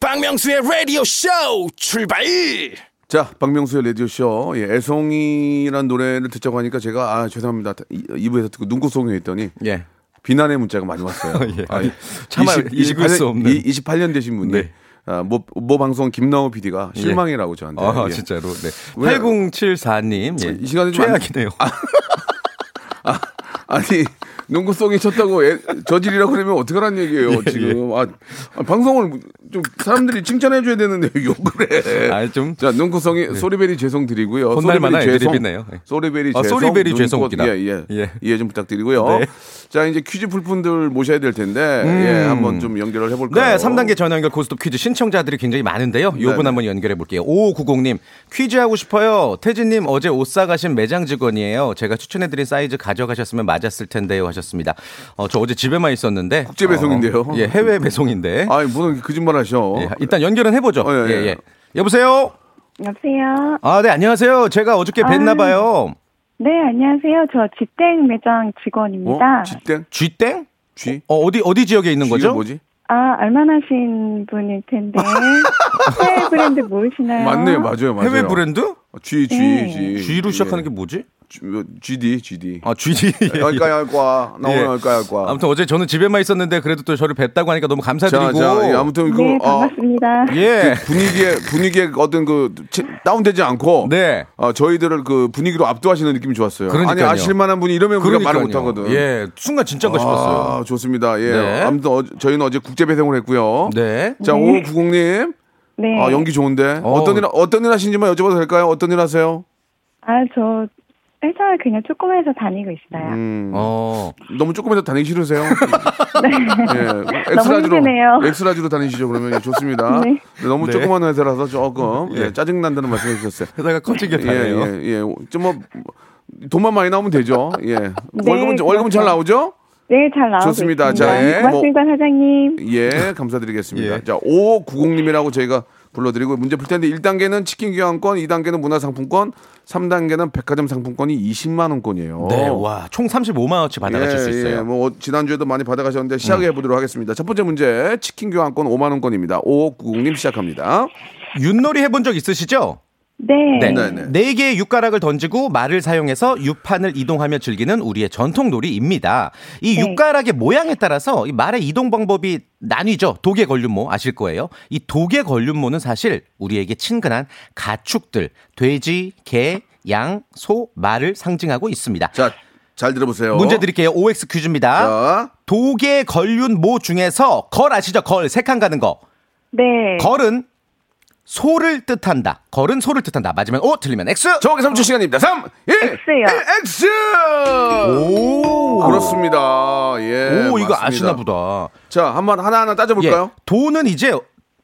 Speaker 7: 박명수의 라디오 쇼 출발
Speaker 2: 자, 박명수의 라디오쇼. 예, 애송이란 노래를 듣자고 하니까 제가, 아, 죄송합니다. 이- 이부에서 듣고 눈꽃송이 했더니,
Speaker 8: 예.
Speaker 2: 비난의 문자가 많이 왔어요.
Speaker 8: 예. 참아 읽을 수 없는.
Speaker 2: 28년 되신 분이,
Speaker 8: 네. 예.
Speaker 2: 아, 모, 모 방송 김나호 PD가 실망이라고 저한테.
Speaker 8: 아,
Speaker 2: 예.
Speaker 8: 진짜로. 네.
Speaker 2: 왜-
Speaker 8: 8074님. 예.
Speaker 2: 이 시간에 좀 안-
Speaker 8: 최악이네요.
Speaker 2: 아니, 눈꽃송이 쳤다고 애- 저질이라고 그러면 어떡하란 얘기예요,
Speaker 8: 네,
Speaker 2: 지금. 아, 아, 방송을 좀 사람들이 칭찬해줘야 되는데 욕을 해.
Speaker 8: 아, 좀.
Speaker 2: 자, 눈구성이 소리베리 죄송 드리고요.
Speaker 8: 혼날
Speaker 2: 소리베리
Speaker 8: 만한
Speaker 2: 죄송.
Speaker 8: 애드립이네요. 예.
Speaker 2: 소리베리
Speaker 8: 아,
Speaker 2: 죄송.
Speaker 8: 소리베리 죄송
Speaker 2: 눈꽃,
Speaker 8: 웃기다.
Speaker 2: 예, 예.
Speaker 8: 예.
Speaker 2: 이해 좀 부탁드리고요.
Speaker 8: 네.
Speaker 2: 자, 이제 퀴즈 풀분들 모셔야 될 텐데 예, 한번 좀 연결을 해 볼까요?
Speaker 8: 음. 네, 3단계 전화 연결 고스톱 퀴즈 신청자들이 굉장히 많은데요. 요분
Speaker 2: 어. 네네.
Speaker 8: 한번 연결해 볼게요. 5590님, 퀴즈 하고 싶어요. 태진님 어제 옷 사가신 매장 직원이에요. 제가 추천해드린 사이즈 가져가셨으면 맞았을 텐데요. 하셨습니다. 어, 저 어제 집에만 있었는데.
Speaker 2: 국제 배송인데요.
Speaker 8: 어, 예, 해외 배송인데.
Speaker 2: 아이, 무슨 거짓말 하셔.
Speaker 8: 예, 일단 연결은 해보죠.
Speaker 2: 어, 예,
Speaker 8: 예,
Speaker 2: 예.
Speaker 8: 예. 여보세요?
Speaker 11: 여보세요.
Speaker 8: 아, 네, 안녕하세요. 제가 어저께 뵀나봐요.
Speaker 11: 네, 안녕하세요. 저 지땡 매장
Speaker 2: 어?
Speaker 12: 아,
Speaker 11: 직원입니다.
Speaker 2: 지땡?
Speaker 8: 쥐땡?
Speaker 2: 쥐?
Speaker 8: 어, 어디, 어디 지역에 있는
Speaker 2: 쥐가
Speaker 8: 거죠?
Speaker 2: 뭐지?
Speaker 11: 아, 알만하신 분일 텐데. 해외 브랜드 모르시나요?
Speaker 2: 맞네요. 맞아요. 맞아요.
Speaker 8: 해외 브랜드?
Speaker 2: 쥐, 쥐,
Speaker 11: 네.
Speaker 2: 쥐. 예.
Speaker 8: 쥐로 시작하는 게 뭐지?
Speaker 2: GD, GD.
Speaker 8: 아, 쥐지.
Speaker 2: 여기까지 할 거야. 나 오늘 여기까지 할 거야.
Speaker 8: 예. 아무튼 어제 저는 집에만 있었는데 그래도 또 저를 뵀다고 하니까 너무
Speaker 2: 자,
Speaker 8: 감사드리고.
Speaker 2: 자, 예, 아무튼 그
Speaker 11: 네,
Speaker 2: 어,
Speaker 11: 반갑습니다.
Speaker 8: 예.
Speaker 2: 그 분위기에 분위기에 어떤 그 체- 다운되지 않고
Speaker 8: 네.
Speaker 2: 어, 저희들을 그 분위기로 압도하시는 느낌이 좋았어요.
Speaker 8: 그러니까요.
Speaker 2: 아니 아실만한 분이 이러면 우리가 말을
Speaker 8: 그러니까요.
Speaker 2: 못하거든.
Speaker 8: 예, 순간 진짜인가 싶었어요.
Speaker 2: 아, 좋습니다. 예.
Speaker 8: 네.
Speaker 2: 아무튼 어, 저희는 어제 국제 배송을 했고요.
Speaker 8: 네.
Speaker 2: 아. 자, 5590님.
Speaker 11: 네.
Speaker 2: 아, 연기 좋은데.
Speaker 8: 어.
Speaker 2: 어. 떤일 어떤 일 하시는지만 여쭤봐도 될까요? 어떤 일 하세요?
Speaker 11: 아, 저 회사 그냥 조금 회사 다니고 있어요.
Speaker 2: 음.
Speaker 8: 어.
Speaker 2: 너무 조금이라도 다니기 싫으세요? 예,
Speaker 11: 네. 힘드네요.
Speaker 2: 엑스라지로 엑스라지로 다니시죠 그러면 예, 좋습니다.
Speaker 11: 네.
Speaker 2: 너무
Speaker 8: 네.
Speaker 2: 조그만 회사라서 조금 예,
Speaker 8: 예.
Speaker 2: 짜증 난다는 말씀해 주셨어요.
Speaker 8: 회사가 커지게 다네요.
Speaker 2: 예, 예, 예. 좀뭐 돈만 많이 나오면 되죠. 예. 월급은
Speaker 11: 그렇죠.
Speaker 2: 월급 은잘 나오죠?
Speaker 11: 네, 잘 나오고
Speaker 2: 좋습니다.
Speaker 11: 있습니다.
Speaker 2: 자, 예.
Speaker 11: 고맙습니다, 사장님.
Speaker 2: 예, 감사드리겠습니다.
Speaker 8: 예.
Speaker 2: 자, 5590님이라고 저희가 불러드리고 문제 풀 텐데 1단계는 치킨 교환권, 2단계는 문화상품권, 3단계는 백화점 상품권이 20만 원권이에요.
Speaker 8: 네, 와, 총 35만 원치 받아가실 수 있어요. 음.
Speaker 2: 뭐 지난주에도 많이 받아가셨는데 시작해 보도록 하겠습니다. 첫 번째 문제 치킨 교환권 5만 원권입니다. 5590님 시작합니다.
Speaker 8: 윷놀이 해본 적 있으시죠?
Speaker 11: 네.
Speaker 8: 네.
Speaker 2: 네, 네.
Speaker 8: 네 개의 육가락을 던지고 말을 사용해서 육판을 이동하며 즐기는 우리의 전통 놀이입니다.
Speaker 2: 음.
Speaker 8: 이
Speaker 11: 네.
Speaker 8: 육가락의 모양에 따라서 이 말의 이동 방법이 나뉘죠. 도개 걸륜모 아실 거예요. 이 도개 걸륜모는 사실 우리에게 친근한 가축들, 돼지, 개, 양, 소, 말을 상징하고 있습니다.
Speaker 2: 자, 잘 들어보세요.
Speaker 8: 문제 드릴게요. OX 퀴즈입니다.
Speaker 2: 자,
Speaker 8: 도개 걸륜모 중에서 걸 아시죠? 걸, 세 칸 가는 거.
Speaker 11: 네.
Speaker 8: 걸은 소를 뜻한다. 걸은 소를 뜻한다. 맞으면 O, 틀리면 X.
Speaker 2: 정확히 3초 시간입니다. 3, 1,
Speaker 11: X요.
Speaker 2: X! 오! 그렇습니다. 예.
Speaker 8: 오, 이거
Speaker 2: 맞습니다.
Speaker 8: 아시나 보다.
Speaker 2: 자, 한번 하나하나 따져볼까요?
Speaker 8: 예, 도는 이제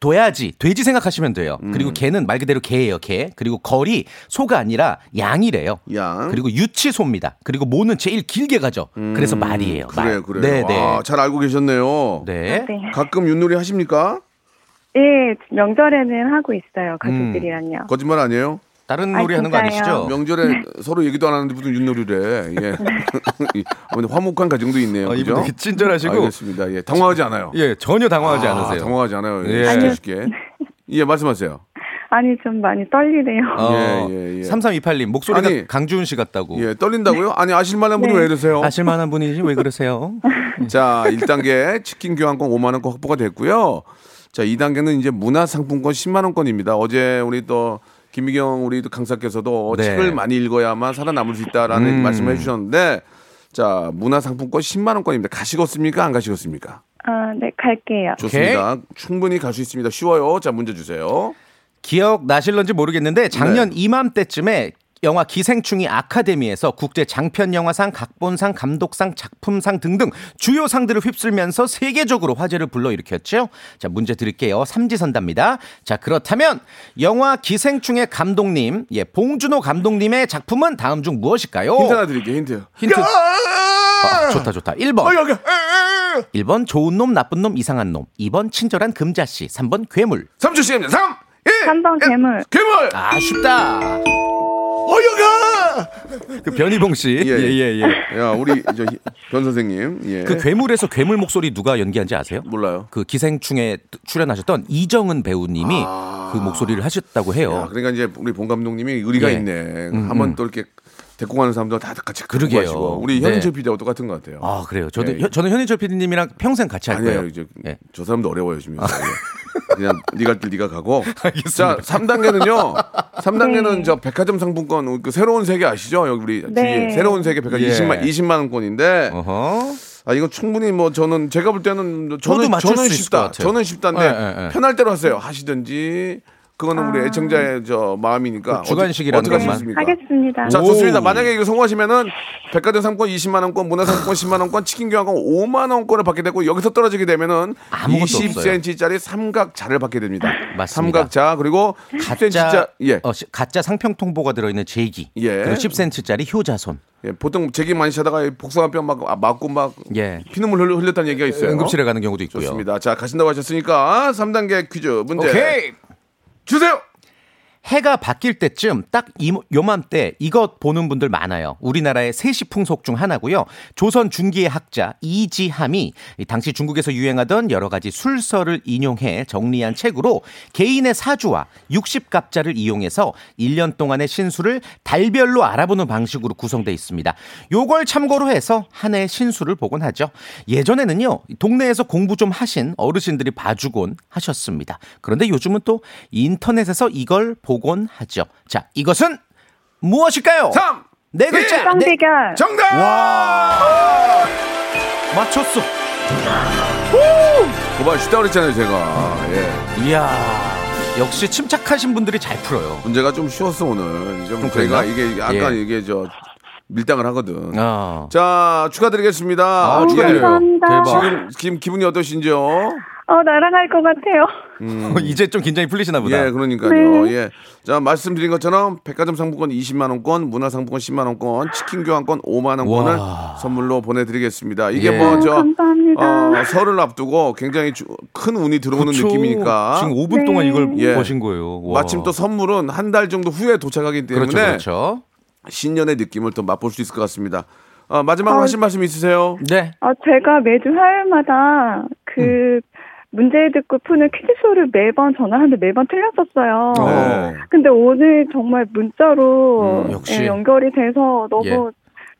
Speaker 8: 둬야지 돼지 생각하시면 돼요.
Speaker 2: 음.
Speaker 8: 그리고 개는 말 그대로 개예요, 개. 그리고 걸이 소가 아니라 양이래요.
Speaker 2: 양.
Speaker 8: 예.
Speaker 2: 음,
Speaker 8: 그리고 유치소입니다. 그리고 모는 제일 길게 가죠. 그래서 말이에요.
Speaker 2: 그래요,
Speaker 8: 말.
Speaker 2: 그래요. 아,
Speaker 8: 네, 네.
Speaker 2: 와, 잘 알고 계셨네요.
Speaker 8: 네.
Speaker 11: 네.
Speaker 2: 가끔 윷놀이 하십니까?
Speaker 11: 예, 명절에는 하고 있어요, 가족들이랑요.
Speaker 2: 거짓말 아니에요?
Speaker 8: 다른
Speaker 11: 아,
Speaker 8: 놀이 하는 거
Speaker 11: 진짜예요.
Speaker 8: 아니시죠?
Speaker 2: 명절에 서로 얘기도 안 하는데 무슨 윷놀이래. 예. 아무튼 화목한 가정도 있네요.
Speaker 8: 어,
Speaker 2: 그죠?
Speaker 8: 이분 되게 친절하시고
Speaker 2: 알겠습니다. 예. 당황하지 않아요.
Speaker 8: 예, 전혀 당황하지 않으세요.
Speaker 2: 당황하지 않아요.
Speaker 8: 예.
Speaker 2: 예. 쉽게. 예, 말씀하세요.
Speaker 11: 아니 좀 많이 떨리네요.
Speaker 8: 어,
Speaker 2: 예, 예, 예.
Speaker 8: 3328님 목소리가
Speaker 2: 아니,
Speaker 8: 강주은 씨 같다고.
Speaker 2: 예, 떨린다고요? 아니 아실만한 분이 왜 이러세요?
Speaker 8: 아실만한 분이지 왜 그러세요?
Speaker 2: 자, 1단계 치킨 교환권 5만 원권 확보가 됐고요. 자, 2단계는 이제 문화상품권 10만 원권입니다. 어제 우리 또 김미경 우리 또 강사께서도 어,
Speaker 8: 네.
Speaker 2: 책을 많이 읽어야만 살아남을 수 있다라는
Speaker 8: 음.
Speaker 2: 말씀을 해주셨는데 자, 문화상품권 10만 원권입니다. 가시겠습니까? 안 가시겠습니까?
Speaker 11: 아, 네, 갈게요.
Speaker 2: 좋습니다. 충분히 갈 수 있습니다. 쉬워요. 자, 문제 주세요.
Speaker 8: 기억 나실런지 모르겠는데 작년 이맘때쯤에 영화 기생충이 아카데미에서 국제 장편 영화상, 각본상, 감독상, 작품상 등등 주요 상들을 휩쓸면서 세계적으로 화제를 불러일으켰죠. 자, 문제 드릴게요. 삼지선답니다. 자, 그렇다면 영화 기생충의 감독님, 예, 봉준호 감독님의 작품은 다음 중 무엇일까요?
Speaker 2: 힌트 하나 드릴게요. 힌트. 어,
Speaker 8: 힌트. 아, 좋다 좋다. 1번. 1번 좋은 놈 나쁜 놈 이상한 놈. 2번 친절한 금자씨. 3번 괴물.
Speaker 2: 3초 시간입니다. 3,
Speaker 11: 3번 괴물.
Speaker 2: 괴물.
Speaker 8: 아쉽다.
Speaker 2: 어, 어여가.
Speaker 8: 그 변희봉 씨. 예, 예, 예.
Speaker 2: 야, 우리 저 변 선생님. 예.
Speaker 8: 그 괴물에서 괴물 목소리 누가 연기한지 아세요?
Speaker 2: 몰라요.
Speaker 8: 그 기생충에 출연하셨던 이정은 배우님이 그 목소리를 하셨다고 해요.
Speaker 2: 아, 그러니까 이제 우리 본 감독님이 의리가
Speaker 8: 어. 예.
Speaker 2: 있네.
Speaker 8: 음,
Speaker 2: 한번
Speaker 8: 음.
Speaker 2: 또 이렇게 데리고 가는 사람들 다 같이
Speaker 8: 그러게요.
Speaker 2: 하시고 우리
Speaker 8: 네.
Speaker 2: 현인철 PD하고 똑같은 것 같아요.
Speaker 8: 아, 그래요. 저도
Speaker 2: 예,
Speaker 8: 현- 저는 현희철 PD님이랑 평생 같이 할 거예요. 아.
Speaker 2: 아니에요. 이제 저 사람도 어려워요 지금. 요새. 그냥 네가 갈 길 네가 가고. 자, 3단계는요. 3단계는 저 백화점 상품권 그 새로운 세계 아시죠? 여기 우리
Speaker 11: 네.
Speaker 2: 뒤에 새로운 세계 백화점
Speaker 8: 예. 어.
Speaker 2: 20만 20만 원권인데. 아 이거 충분히 뭐 저는 제가 볼 때는 뭐
Speaker 8: 저도
Speaker 2: 저는
Speaker 8: 맞출
Speaker 2: 저는
Speaker 8: 수 있을 것
Speaker 2: 쉽다.
Speaker 8: 같아요.
Speaker 2: 저는 쉽단데
Speaker 8: 예, 예, 예.
Speaker 2: 편할 대로 하세요. 하시든지 그거는 우리 애청자의 저 마음이니까
Speaker 8: 그 주관식이라는
Speaker 2: 어떻게
Speaker 8: 것만.
Speaker 2: 하시겠습니까?
Speaker 11: 하겠습니다.
Speaker 2: 자 좋습니다.
Speaker 8: 오.
Speaker 2: 만약에 이거 성공하시면은 백화점 상권 20만 원권, 문화상품권 10만 원권, 치킨 교환권 5만 원권을 받게 되고 여기서 떨어지게 되면은
Speaker 8: 아무것도
Speaker 2: 20cm짜리 삼각자를 받게 됩니다.
Speaker 8: 맞습니다.
Speaker 2: 삼각자 그리고 10cm짜
Speaker 8: 가짜 어, 시- 가짜 상평 통보가 들어있는 제기
Speaker 2: 예.
Speaker 8: 그리고 10cm짜리 효자손
Speaker 2: 예, 보통 제기 많이 차다가 복숭아뼈 막 아, 맞고 막
Speaker 8: 예.
Speaker 2: 피눈물 흘- 흘렸다는 얘기가 있어요.
Speaker 8: 응급실에 가는 경우도 있고요.
Speaker 2: 좋습니다. 자 가신다고 하셨으니까 3단계 퀴즈 문제
Speaker 8: 오케이.
Speaker 2: 주세요.
Speaker 8: 해가 바뀔 때쯤 딱 이, 요맘때 이것 보는 분들 많아요. 우리나라의 세시 풍속 중 하나고요. 조선 중기의 학자 이지함이 이 당시 중국에서 유행하던 여러 가지 술서를 인용해 정리한 책으로 개인의 사주와 60갑자를 이용해서 1년 동안의 신수를 달별로 알아보는 방식으로 구성돼 있습니다. 요걸 참고로 해서 한 해의 신수를 보곤 하죠. 예전에는요. 동네에서 공부 좀 하신 어르신들이 봐주곤 하셨습니다. 그런데 요즘은 또 인터넷에서 이걸 보곤 하죠. 자, 이것은 무엇일까요?
Speaker 2: 삼,
Speaker 8: 네 글자.
Speaker 11: 쌍
Speaker 8: 네.
Speaker 11: 대결.
Speaker 2: 정답.
Speaker 8: 맞췄어.
Speaker 2: 고발 쉽다 그랬잖아요 제가. 예.
Speaker 8: 이야. 역시 침착하신 분들이 잘 풀어요.
Speaker 2: 문제가 좀 쉬웠어 오늘. 좀 저희가
Speaker 8: 그랬나?
Speaker 2: 이게 약간
Speaker 8: 예.
Speaker 2: 이게 저 밀당을 하거든.
Speaker 8: 아.
Speaker 2: 자 축하드리겠습니다. 예.
Speaker 8: 아, 축하드려요.
Speaker 11: 감사합니다.
Speaker 8: 대박.
Speaker 2: 지금, 지금 기분이 어떠신지요?
Speaker 11: 어, 날아갈 것 같아요.
Speaker 8: 어, 이제 좀 긴장이 풀리시나 보다.
Speaker 2: 예, 그러니까요.
Speaker 11: 네.
Speaker 2: 예. 자, 말씀드린 것처럼 백화점 상품권 20만 원권, 문화 상품권 10만 원권, 치킨 교환권 5만 원권을
Speaker 8: 와.
Speaker 2: 선물로 보내 드리겠습니다. 이게
Speaker 8: 예.
Speaker 2: 뭐 저
Speaker 11: 아, 감사합니다.
Speaker 2: 어, 설을 앞두고 굉장히 주- 큰 운이 들어오는
Speaker 8: 그쵸.
Speaker 2: 느낌이니까
Speaker 8: 지금 5분
Speaker 11: 네.
Speaker 8: 동안 이걸
Speaker 2: 예.
Speaker 8: 보신 거예요. 와.
Speaker 2: 마침 또 선물은 한 달 정도 후에 도착하기 때문에
Speaker 8: 그렇죠, 그렇죠.
Speaker 2: 신년의 느낌을 또 맛볼 수 있을 것 같습니다. 어, 마지막으로
Speaker 11: 아.
Speaker 2: 하신 말씀 있으세요?
Speaker 8: 네.
Speaker 11: 아, 제가 매주 화요일마다 그 문제 듣고 푸는 퀴즈쇼를 매번 전화하는데 매번 틀렸었어요.
Speaker 2: 네.
Speaker 11: 근데 오늘 정말 문자로
Speaker 8: 음, 역시.
Speaker 10: 네,
Speaker 11: 예, 연결이 돼서 너무
Speaker 8: 예.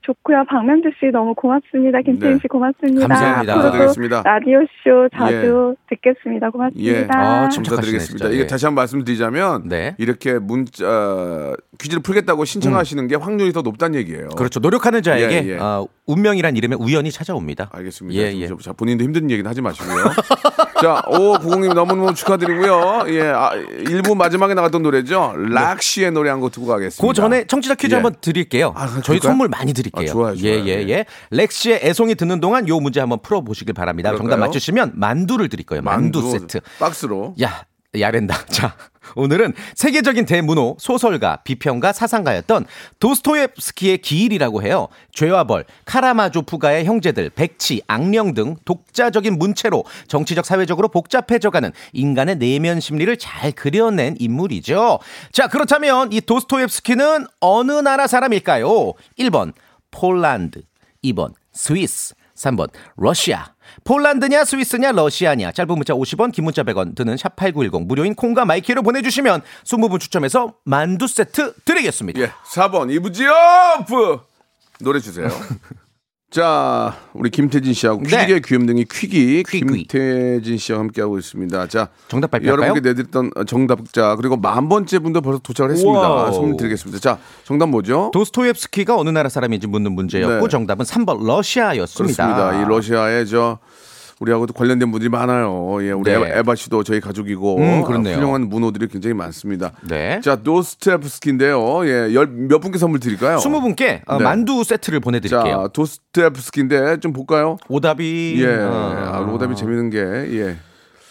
Speaker 11: 좋고요. 박명주 씨 너무 고맙습니다. 김태인
Speaker 2: 네.
Speaker 11: 씨 고맙습니다.
Speaker 8: 감사합니다. 예.
Speaker 11: 앞으로도
Speaker 2: 감사드리겠습니다.
Speaker 11: 라디오 쇼 자주 듣겠습니다. 고맙습니다.
Speaker 2: 예.
Speaker 8: 아, 참-
Speaker 2: 감사드리겠습니다.
Speaker 8: 진짜,
Speaker 2: 이게
Speaker 8: 예.
Speaker 2: 다시 한번 말씀드리자면
Speaker 8: 네.
Speaker 2: 이렇게 문자 어, 퀴즈를 풀겠다고 신청하시는 게 확률이 더 높다는 얘기예요.
Speaker 8: 음. 그렇죠. 노력하는 자에게
Speaker 2: 예, 예.
Speaker 8: 아, 운명이란 이름의 우연이 찾아옵니다.
Speaker 2: 알겠습니다.
Speaker 8: 예,
Speaker 2: 좀-
Speaker 8: 예.
Speaker 2: 좀- 자, 본인도 힘든 얘기는 하지 마시고요. 자, 오 구공님 너무너무 축하드리고요. 예, 아, 일부 마지막에 나갔던 노래죠. 락시의 노래 한 곡 듣고 가겠습니다.
Speaker 8: 그 전에 청취자 퀴즈
Speaker 2: 예.
Speaker 8: 한번 드릴게요.
Speaker 2: 아, 그럴까요?
Speaker 8: 저희 선물 많이 드릴게요.
Speaker 2: 아, 좋아요, 좋아요.
Speaker 8: 예, 예, 예. 렉시의 애송이 듣는 동안 요 문제 한번 풀어보시길 바랍니다. 정답
Speaker 2: 그럴까요?
Speaker 8: 맞추시면 만두를 드릴 거예요. 만두, 세트.
Speaker 2: 박스로.
Speaker 8: 야, 야랜다. 자, 오늘은 세계적인 대문호, 소설가, 비평가, 사상가였던 도스토옙스키의 기일이라고 해요. 죄와 벌, 카라마조프가의 형제들, 백치, 악령 등 독자적인 문체로 정치적, 사회적으로 복잡해져가는 인간의 내면 심리를 잘 그려낸 인물이죠. 자, 그렇다면 이 도스토옙스키는 어느 나라 사람일까요? 1번 폴란드, 2번 스위스, 3번 러시아. 폴란드냐 스위스냐 러시아냐 짧은 문자 50원 긴 문자 100원 드는 샵 8910 무료인 콩과 마이키로 보내주시면 20분 추첨해서 만두 세트 드리겠습니다.
Speaker 2: 예, 4번 이브지오프 노래 주세요. 자, 우리 김태진 씨하고
Speaker 8: 네.
Speaker 2: 퀴기의 귀염둥이 퀴기 김태진 씨와 함께하고 있습니다. 자,
Speaker 8: 정답 발표할까요?
Speaker 2: 여러분께 내드렸던 어, 정답자 그리고 만 번째 분도 벌써 도착을 했습니다.
Speaker 8: 와우.
Speaker 2: 선물 드리겠습니다. 자, 정답 뭐죠?
Speaker 8: 도스토옙스키가 어느 나라 사람인지 묻는 문제였고
Speaker 2: 네.
Speaker 8: 정답은 3번 러시아였습니다.
Speaker 2: 그렇습니다. 이 러시아에 저 우리하고도 관련된 분들이 많아요. 예, 우리
Speaker 8: 네.
Speaker 2: 에바- 에바 씨도 저희 가족이고
Speaker 8: 음, 그렇네요. 네.
Speaker 2: 훌륭한 문호들이 굉장히 많습니다. 자, 도스트랩스키인데요. 예, 열, 몇 분께 선물 드릴까요?
Speaker 8: 20분께 어,
Speaker 2: 네.
Speaker 8: 만두 세트를 보내드릴게요.
Speaker 2: 자, 도스트랩스키인데 좀 볼까요?
Speaker 8: 오답이
Speaker 2: 예,
Speaker 8: 어.
Speaker 2: 아, 오답이 재밌는 게 예.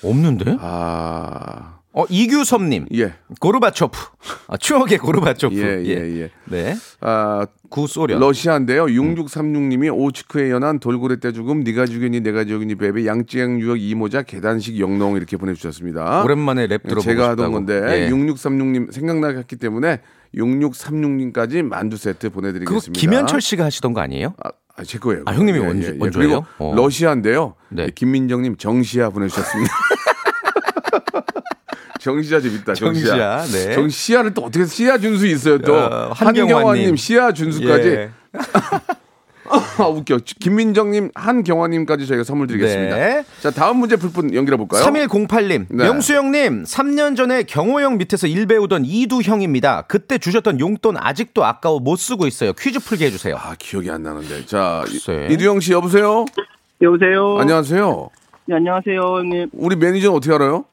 Speaker 8: 없는데?
Speaker 2: 아,
Speaker 8: 어, 이규섭님.
Speaker 2: 예.
Speaker 8: 고르바초프. 아, 추억의 고르바초프.
Speaker 2: 예, 예, 예.
Speaker 8: 네.
Speaker 2: 아,
Speaker 8: 구소련. 음.
Speaker 2: 러시아인데요. 6636님이 오츠크에 연한 돌고래 떼죽음 네가 죽이니 내가 죽이니 베베 양쯔양 유역 이모자 계단식 영농 이렇게 보내주셨습니다.
Speaker 8: 오랜만에 랩 들어보고
Speaker 2: 아? 제가 하던
Speaker 8: 싶다고.
Speaker 2: 건데
Speaker 8: 예.
Speaker 2: 6636님 생각나기 때문에 6636님까지 만두 세트
Speaker 8: 그거
Speaker 2: 보내드리겠습니다.
Speaker 8: 김현철 씨가 하시던 거 아니에요?
Speaker 2: 아, 제 거예요.
Speaker 8: 아, 형님이
Speaker 2: 예,
Speaker 8: 원조-
Speaker 2: 예, 예.
Speaker 8: 원조예요?
Speaker 2: 그리고
Speaker 8: 어.
Speaker 2: 러시아인데요. 예, 김민정님 정시아 보내주셨습니다. 정시아 재밌다. 정시아.
Speaker 8: 정시아, 네.
Speaker 2: 정시아를 또 어떻게 시아 준수 있어요 또
Speaker 8: 어, 한경화님.
Speaker 2: 한경화님 시아 준수까지.
Speaker 8: 예.
Speaker 2: 아, 웃겨. 김민정님 한경화님까지 저희가 선물 드리겠습니다.
Speaker 8: 네.
Speaker 2: 자 다음 문제 풀분 연결해 볼까요?
Speaker 8: 3108님,
Speaker 2: 네.
Speaker 8: 명수형님, 3년 전에 경호형 밑에서 일 배우던 이두형입니다. 그때 주셨던 용돈 아직도 아까워 못 쓰고 있어요. 퀴즈 풀게 해주세요.
Speaker 2: 아, 기억이 안 나는데. 자, 이두영 씨 여보세요.
Speaker 12: 여보세요.
Speaker 2: 안녕하세요.
Speaker 12: 네, 안녕하세요, 형님.
Speaker 2: 우리 매니저는 어떻게 알아요?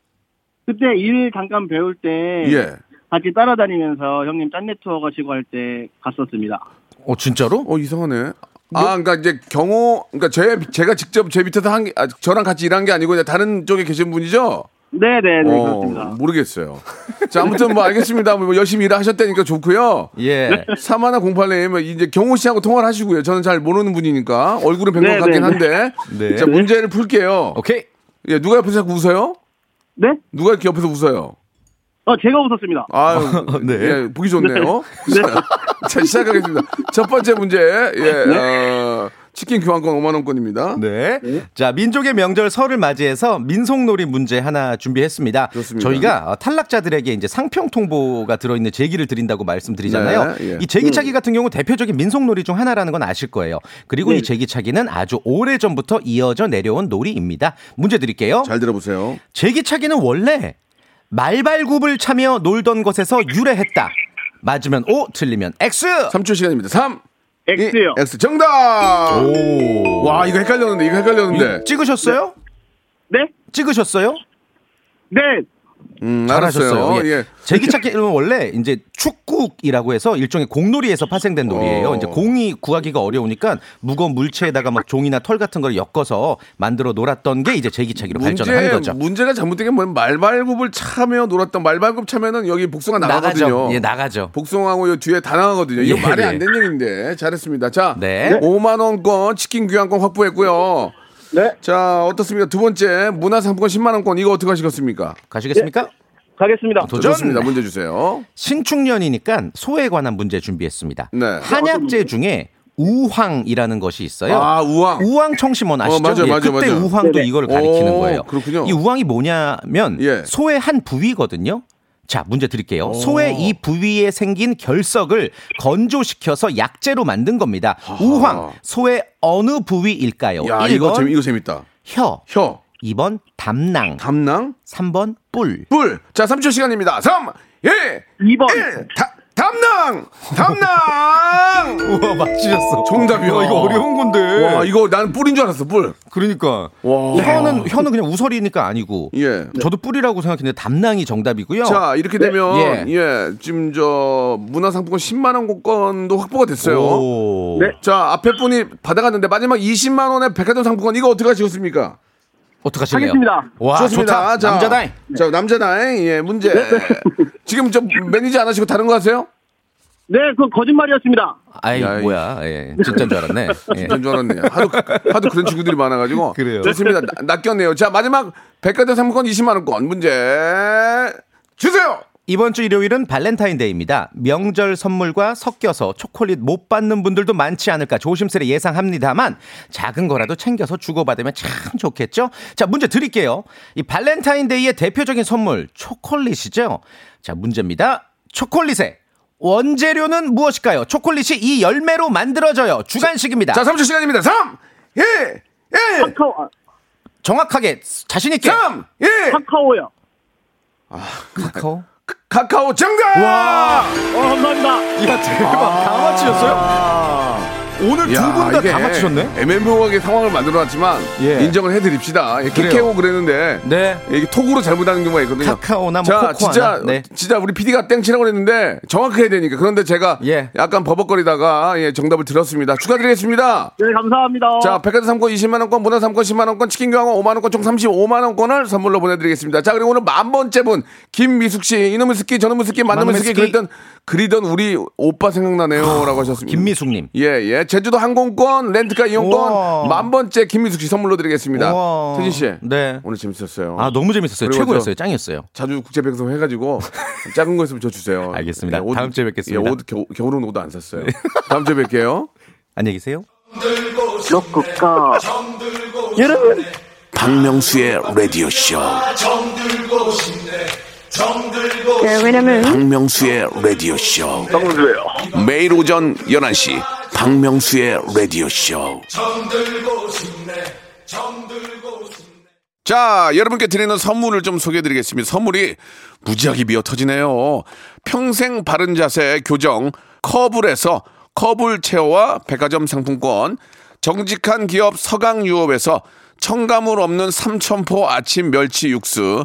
Speaker 12: 그때 일 잠깐 배울 때
Speaker 2: 예.
Speaker 12: 같이 따라다니면서 형님 짠내 투어 가시고 할 때 갔었습니다.
Speaker 8: 어 진짜로?
Speaker 2: 어 이상하네.
Speaker 12: 뭐?
Speaker 2: 아, 그러니까 이제 경호, 그러니까 제 제가 직접 제 밑에서 한 게- 아, 저랑 같이 일한 게 아니고 그냥 다른 쪽에 계신 분이죠?
Speaker 12: 네, 네, 네,
Speaker 2: 어,
Speaker 12: 그렇습니다.
Speaker 2: 모르겠어요. 자, 아무튼 뭐 알겠습니다. 뭐 열심히 일하셨다니까 좋고요.
Speaker 8: 예.
Speaker 2: 사마나 공팔님 이제 경호 씨하고 통화를 하시고요. 저는 잘 모르는 분이니까 얼굴은 뵌것
Speaker 12: 네,
Speaker 2: 같긴
Speaker 12: 네,
Speaker 2: 한데.
Speaker 8: 네. 어.
Speaker 2: 자,
Speaker 8: 네.
Speaker 2: 문제를 풀게요.
Speaker 8: 오케이.
Speaker 2: 예, 누가 옆에서 자꾸 웃어요?
Speaker 12: 네?
Speaker 2: 누가 이렇게 옆에서 웃어요?
Speaker 12: 어, 제가 웃었습니다.
Speaker 2: 아유,
Speaker 8: 네.
Speaker 2: 예, 보기 좋네요.
Speaker 12: 네.
Speaker 2: 자, 시작하겠습니다. 첫 번째 문제. 예, 어, 치킨 교환권 5만원권입니다.
Speaker 8: 네. 자, 민족의 명절 설을 맞이해서 민속놀이 문제 하나 준비했습니다. 저희가 어, 탈락자들에게 이제 상평 통보가 들어있는 제기를 드린다고 말씀드리잖아요.
Speaker 2: 네, 예.
Speaker 8: 이 제기차기 같은 경우 대표적인 민속놀이 중 하나라는 건 아실 거예요. 그리고
Speaker 2: 네.
Speaker 8: 이 제기차기는 아주 오래 전부터 이어져 내려온 놀이입니다. 문제 드릴게요. 잘
Speaker 2: 들어보세요.
Speaker 8: 제기차기는 원래 말발굽을 차며 놀던 것에서 유래했다. 맞으면 O, 틀리면 X.
Speaker 2: 3초 시간입니다. 3.
Speaker 8: X요.
Speaker 2: X 정답.
Speaker 8: 오.
Speaker 2: 와, 이거 헷갈렸는데, 이거 헷갈렸는데.
Speaker 8: 찍으셨어요?
Speaker 12: 네?
Speaker 8: 찍으셨어요?
Speaker 12: 네.
Speaker 2: 음,
Speaker 8: 잘하셨어요.
Speaker 2: 알았어요.
Speaker 8: 예.
Speaker 2: 예.
Speaker 8: 제기찾기는 원래 이제 축국이라고 해서 일종의 공놀이에서 파생된 놀이에요. 이제 공이 구하기가 어려우니까 무거운 물체에다가 막 종이나 털 같은 걸 엮어서 만들어 놀았던 게 이제 제기차기로 발전한 거죠.
Speaker 2: 문제가 잘못된 게 뭐 말발굽을 차며 놀았던 말발굽 차면은 여기 복숭아 나가거든요.
Speaker 8: 나가죠. 예, 나가죠.
Speaker 2: 복숭아하고 요 뒤에 다 나가거든요. 이거
Speaker 8: 예,
Speaker 2: 말이
Speaker 8: 예.
Speaker 2: 안 되는 얘기인데 잘했습니다. 자,
Speaker 8: 네.
Speaker 2: 5만 원권 치킨 교환권 확보했고요.
Speaker 12: 네.
Speaker 2: 자 어떻습니다. 두 번째 문화상품권 10만 원권 이거 어떻게 하시겠습니까?
Speaker 8: 가시겠습니까?
Speaker 12: 가겠습니다.
Speaker 8: 도전!
Speaker 2: 좋습니다. 문제 주세요.
Speaker 8: 신축년이니까 소에 관한 문제 준비했습니다.
Speaker 2: 네.
Speaker 8: 한약재 중에 우황이라는 것이 있어요.
Speaker 2: 아, 우황.
Speaker 8: 청심원
Speaker 2: 어,
Speaker 8: 아시죠?
Speaker 2: 맞아요,
Speaker 8: 예,
Speaker 2: 맞아요,
Speaker 8: 그때
Speaker 2: 맞아요.
Speaker 8: 우황도
Speaker 2: 네네.
Speaker 8: 이걸 가리키는
Speaker 2: 오,
Speaker 8: 거예요.
Speaker 2: 그렇군요. 예.
Speaker 8: 이 우황이 뭐냐면 소의 한 부위거든요. 자, 문제 드릴게요. 소의 이 부위에 생긴 결석을 건조시켜서 약재로 만든 겁니다. 우황, 소의 어느 네. 부위일까요?
Speaker 2: 야 이거 재미 이거 재밌다.
Speaker 8: 혀.
Speaker 2: 혀.
Speaker 8: 2번 담낭.
Speaker 2: 담낭.
Speaker 8: 3번 뿔.
Speaker 2: 뿔. 자 3초 시간입니다. 3, 1,
Speaker 12: 2번.
Speaker 2: 담낭. 담낭.
Speaker 8: 우와 맞히셨어.
Speaker 2: 정답이야.
Speaker 8: 와, 이거 어려운 건데.
Speaker 2: 와 이거 난 뿔인 줄 알았어 뿔.
Speaker 8: 그러니까.
Speaker 2: 와.
Speaker 8: 혀는 혀는 그냥 우설이니까 아니고.
Speaker 2: 예.
Speaker 8: 저도 뿔이라고 생각했는데 담낭이 정답이고요.
Speaker 2: 자 이렇게 되면
Speaker 8: 어. 예.
Speaker 2: 예, 지금 저 문화상품권 10만 원권도 확보가 됐어요.
Speaker 8: 네.
Speaker 2: 자 앞에 분이 받아갔는데 마지막 20만 원의 백화점 상품권 이거 어떻게 하시겠습니까?
Speaker 8: 어떻게
Speaker 2: 하실래요?
Speaker 12: 하겠습니다.
Speaker 8: 와, 좋다. 남자다잉. 네.
Speaker 2: 자 남자다잉 예 문제. 지금 저 매니저 안 하시고 다른 거 하세요?
Speaker 12: 네, 그건 거짓말이었습니다.
Speaker 8: 아이 뭐야. 예. 진짜인 줄 알았네. 예.
Speaker 2: 그런 줄 알았네. 하도 하도 그런 친구들이 많아가지고.
Speaker 8: 그래요.
Speaker 2: 좋습니다. 나- 낚였네요. 자 마지막 백화점 상품권 20만 원권 문제 주세요.
Speaker 8: 이번 주 일요일은 발렌타인데이입니다. 명절 선물과 섞여서 초콜릿 못 받는 분들도 많지 않을까 조심스레 예상합니다만 작은 거라도 챙겨서 주고받으면 참 좋겠죠? 자, 문제 드릴게요. 이 발렌타인데이의 대표적인 선물, 초콜릿이죠? 자, 문제입니다. 초콜릿의 원재료는 무엇일까요? 초콜릿이 이 열매로 만들어져요. 주간식입니다.
Speaker 2: 자, 3초 시간입니다. 3, 2, 1.
Speaker 8: 정확하게 자신있게.
Speaker 2: 3, 2.
Speaker 12: 아, 카카오요.
Speaker 8: 카카오?
Speaker 2: 카카오 정답!
Speaker 8: 와!
Speaker 12: 어, 감사합니다.
Speaker 8: 이야,
Speaker 2: 아.
Speaker 8: 대박. 다 맞히셨어요? 오늘 두 분 다 다 맞히셨네?
Speaker 2: 애매모호하게 상황을 만들어놨지만
Speaker 8: 예.
Speaker 2: 인정을 해드립니다. 예,
Speaker 8: 그래요.
Speaker 2: 키케오 그랬는데
Speaker 8: 네.
Speaker 2: 이게 톡으로 잘못하는 경우가 있거든요.
Speaker 8: 카카오나 뭐
Speaker 2: 자,
Speaker 8: 코코아나.
Speaker 2: 진짜
Speaker 8: 네.
Speaker 2: 진짜 우리 PD가 땡치라고 그랬는데 정확해야 되니까 그런데 제가
Speaker 8: 예.
Speaker 2: 약간 버벅거리다가 예, 정답을 드렸습니다. 축하드리겠습니다.
Speaker 12: 네, 감사합니다.
Speaker 8: 어.
Speaker 2: 자, 백화점 상권 20만 원권, 문화 상권 10만 원권, 치킨 교환권 5만 원권 총 35만 원권을 선물로 보내드리겠습니다. 자, 그리고 오늘 만 번째 분 김미숙 씨, 이놈의 스키, 저놈의 스키, 만놈의
Speaker 8: 만놈의
Speaker 2: 스키
Speaker 8: 스키. 아,
Speaker 2: 그랬던 그리던 우리 오빠 생각나네요라고 하셨습니다.
Speaker 8: 김미숙님.
Speaker 2: 예, 예. 제주도 항공권, 렌트카 이용권,
Speaker 8: 우와.
Speaker 2: 만 번째 김미숙 씨 선물로 드리겠습니다.
Speaker 8: 우와.
Speaker 2: 태진 씨,
Speaker 8: 네.
Speaker 2: 오늘 재밌었어요.
Speaker 8: 아, 너무 재밌었어요.
Speaker 2: 그리고
Speaker 8: 최고였어요.
Speaker 2: 저-
Speaker 8: 짱이었어요.
Speaker 2: 자주 국제 방송 해가지고 작은 거 있으면 저 주세요.
Speaker 8: 알겠습니다. 다음 주에 뵙겠습니다. 네.
Speaker 2: 예, 옷 겨울, 겨울은 옷 안 샀어요. 다음 주에 뵐게요.
Speaker 8: 안녕히 계세요.
Speaker 4: 로꾸꺼
Speaker 1: 여러분 박명수의 라디오 쇼
Speaker 5: 네, 왜냐면
Speaker 1: 박명수의 라디오 쇼
Speaker 9: 박명수예요.
Speaker 1: 매일 오전 11시 박명수의 라디오 쇼
Speaker 2: 자, 여러분께 드리는 선물을 좀 소개해 드리겠습니다. 선물이 무지하게 미어 터지네요. 평생 바른 자세 교정 커블에서 커블 체어와 백화점 상품권, 정직한 기업 서강유업에서 청가물 없는 삼천포 아침 멸치 육수,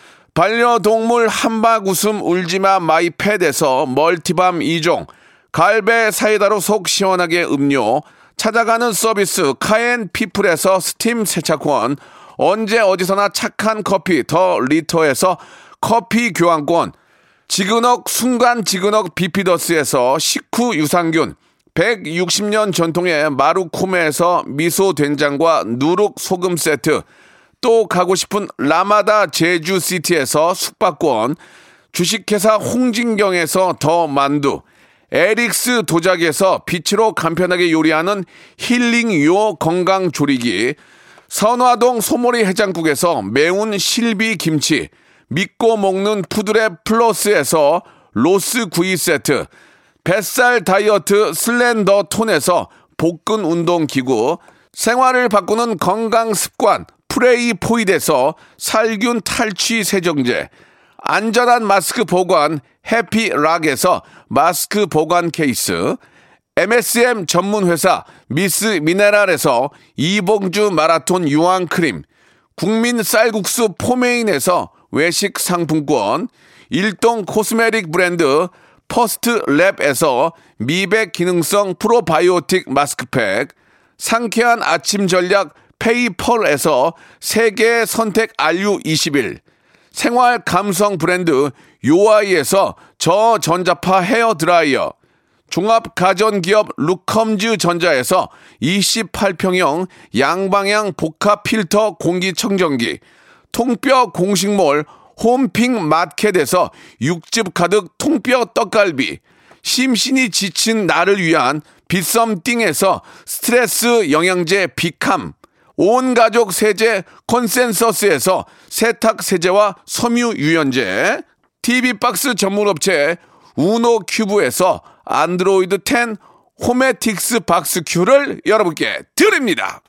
Speaker 2: 반려동물 한박 웃음 울지마 마이패드에서 멀티밤 2종, 갈배 사이다로 속 시원하게 음료, 찾아가는 서비스 카엔 피플에서 스팀 세차권, 언제 어디서나 착한 커피 더 리터에서 커피 교환권, 지그넉 순간 지그넉 비피더스에서 식후 유산균, 160년 전통의 마루코메에서 미소 된장과 누룩 소금 세트, 또 가고 싶은 라마다 제주시티에서 숙박권, 주식회사 홍진경에서 더 만두, 에릭스 도자기에서 빛으로 간편하게 요리하는 힐링요 건강조리기, 선화동 소머리 해장국에서 매운 실비 김치, 믿고 먹는 푸드랩 플러스에서 로스 구이 세트, 뱃살 다이어트 슬렌더 톤에서 복근 운동 기구, 생활을 바꾸는 건강 습관 프레이 포이드에서 살균 탈취 세정제, 안전한 마스크 보관 해피락에서 마스크 보관 케이스, MSM 전문 회사 미스 미네랄에서 이봉주 마라톤 유황 크림, 국민 쌀국수 포메인에서 외식 상품권, 일동 코스메릭 브랜드 퍼스트 랩에서 미백 기능성 프로바이오틱 마스크팩, 상쾌한 아침 전략 페이펄에서 세계 선택 알류 21, 생활 감성 브랜드 요아이에서 저전자파 헤어 드라이어, 종합 가전기업 루컴즈 전자에서 28평형 양방향 복합 필터 공기청정기, 통뼈 공식몰 홈핑 마켓에서 육즙 가득 통뼈 떡갈비, 심신이 지친 나를 위한 비썸띵에서 스트레스 영양제 비캄, 온 가족 세제 컨센서스에서 세탁 세제와 섬유 유연제, TV 박스 전문 업체 우노 큐브에서 안드로이드 10 호메틱스 박스 큐를 여러분께 드립니다.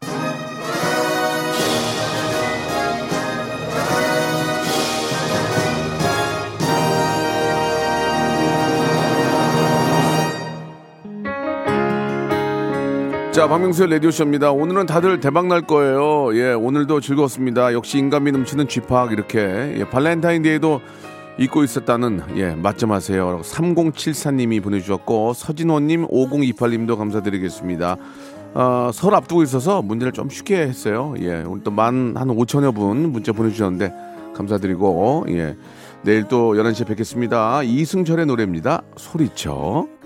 Speaker 2: 자, 박명수의 라디오쇼입니다. 오늘은 다들 대박 날 거예요. 예, 오늘도 즐거웠습니다. 역시 인간미 넘치는 쥐팍, 이렇게. 예, 발렌타인데이도 잊고 있었다는 예 맞점 하세요. 3074님이 보내주셨고 서진호님 5028님도 감사드리겠습니다. 어, 설 앞두고 있어서 문제를 좀 쉽게 했어요. 예 오늘 또만한 5천여 분 문자 보내주셨는데 감사드리고 예 내일 또 11시에 뵙겠습니다. 이승철의 노래입니다. 소리쳐.